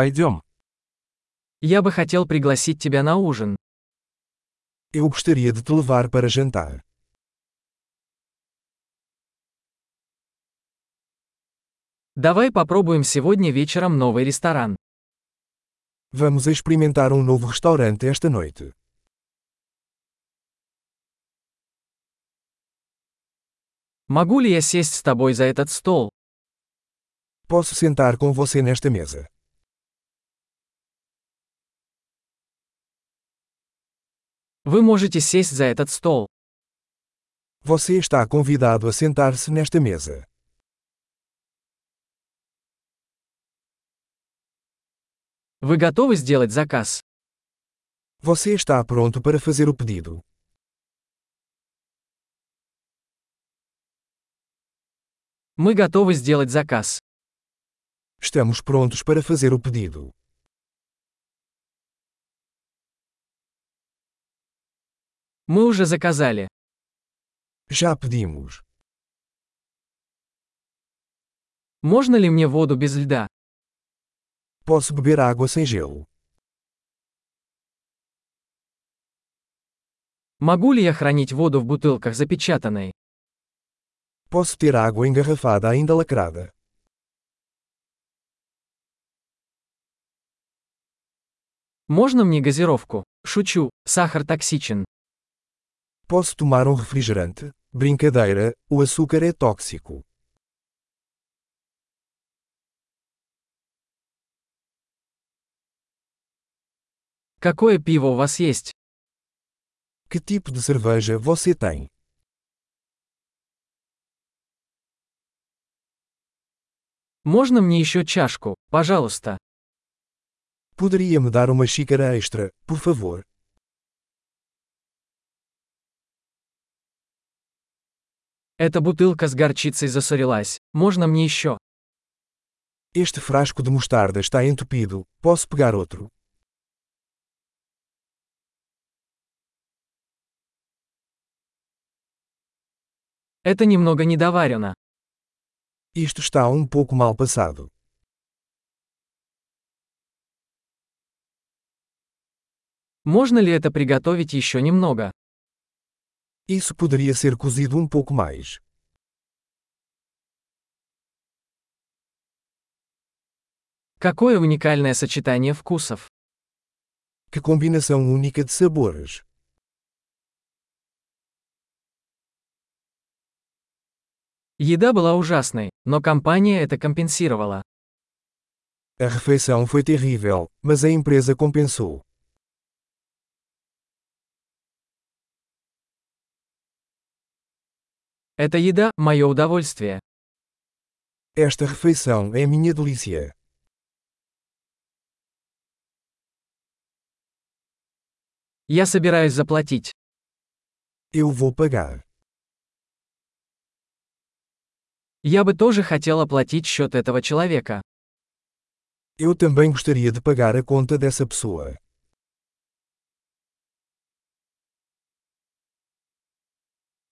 Пойдем. Я бы хотел пригласить тебя на ужин. Eu gostaria de te levar para jantar. Давай попробуем сегодня вечером новый ресторан. Vamos experimentar um novo restaurante esta noite. Могу ли я сесть с тобой за этот стол? Posso sentar com você nesta mesa. Вы можете сесть за этот стол. Você está convidado a sentar-se nesta mesa. Вы готовы сделать заказ? Você está pronto para fazer o pedido. Мы готовы сделать заказ. Estamos prontos para fazer o pedido. Мы уже заказали. Já pedimos. Можно ли мне воду без льда? Posso beber água sem gelo. Могу ли я хранить воду в бутылках запечатанной? Posso ter água engarrafada ainda lacrada. Можно мне газировку? Шучу, сахар токсичен. Posso tomar um refrigerante? Brincadeira, o açúcar é tóxico. Какое пиво у вас есть? Que tipo de cerveja você tem? Можно мне еще чашку, пожалуйста? Poderia me dar uma xícara extra, por favor? Эта бутылка с горчицей засорилась. Можно мне еще? Este frasco de mostarda está entupido, posso pegar outro? Это немного недоварено. Isto está um pouco mal passado. Можно ли это приготовить еще немного? Isso poderia ser cozido um pouco mais. Какое уникальное сочетание вкусов. Que combinação única de sabores! Еда была ужасной, но компания это компенсировала. A refeição foi terrível, mas a empresa compensou. Эта еда – мое удовольствие. Esta refeição é minha delícia. Я собираюсь заплатить. Eu vou pagar. Я бы тоже хотел оплатить счет этого человека. Eu também gostaria de pagar a conta dessa pessoa.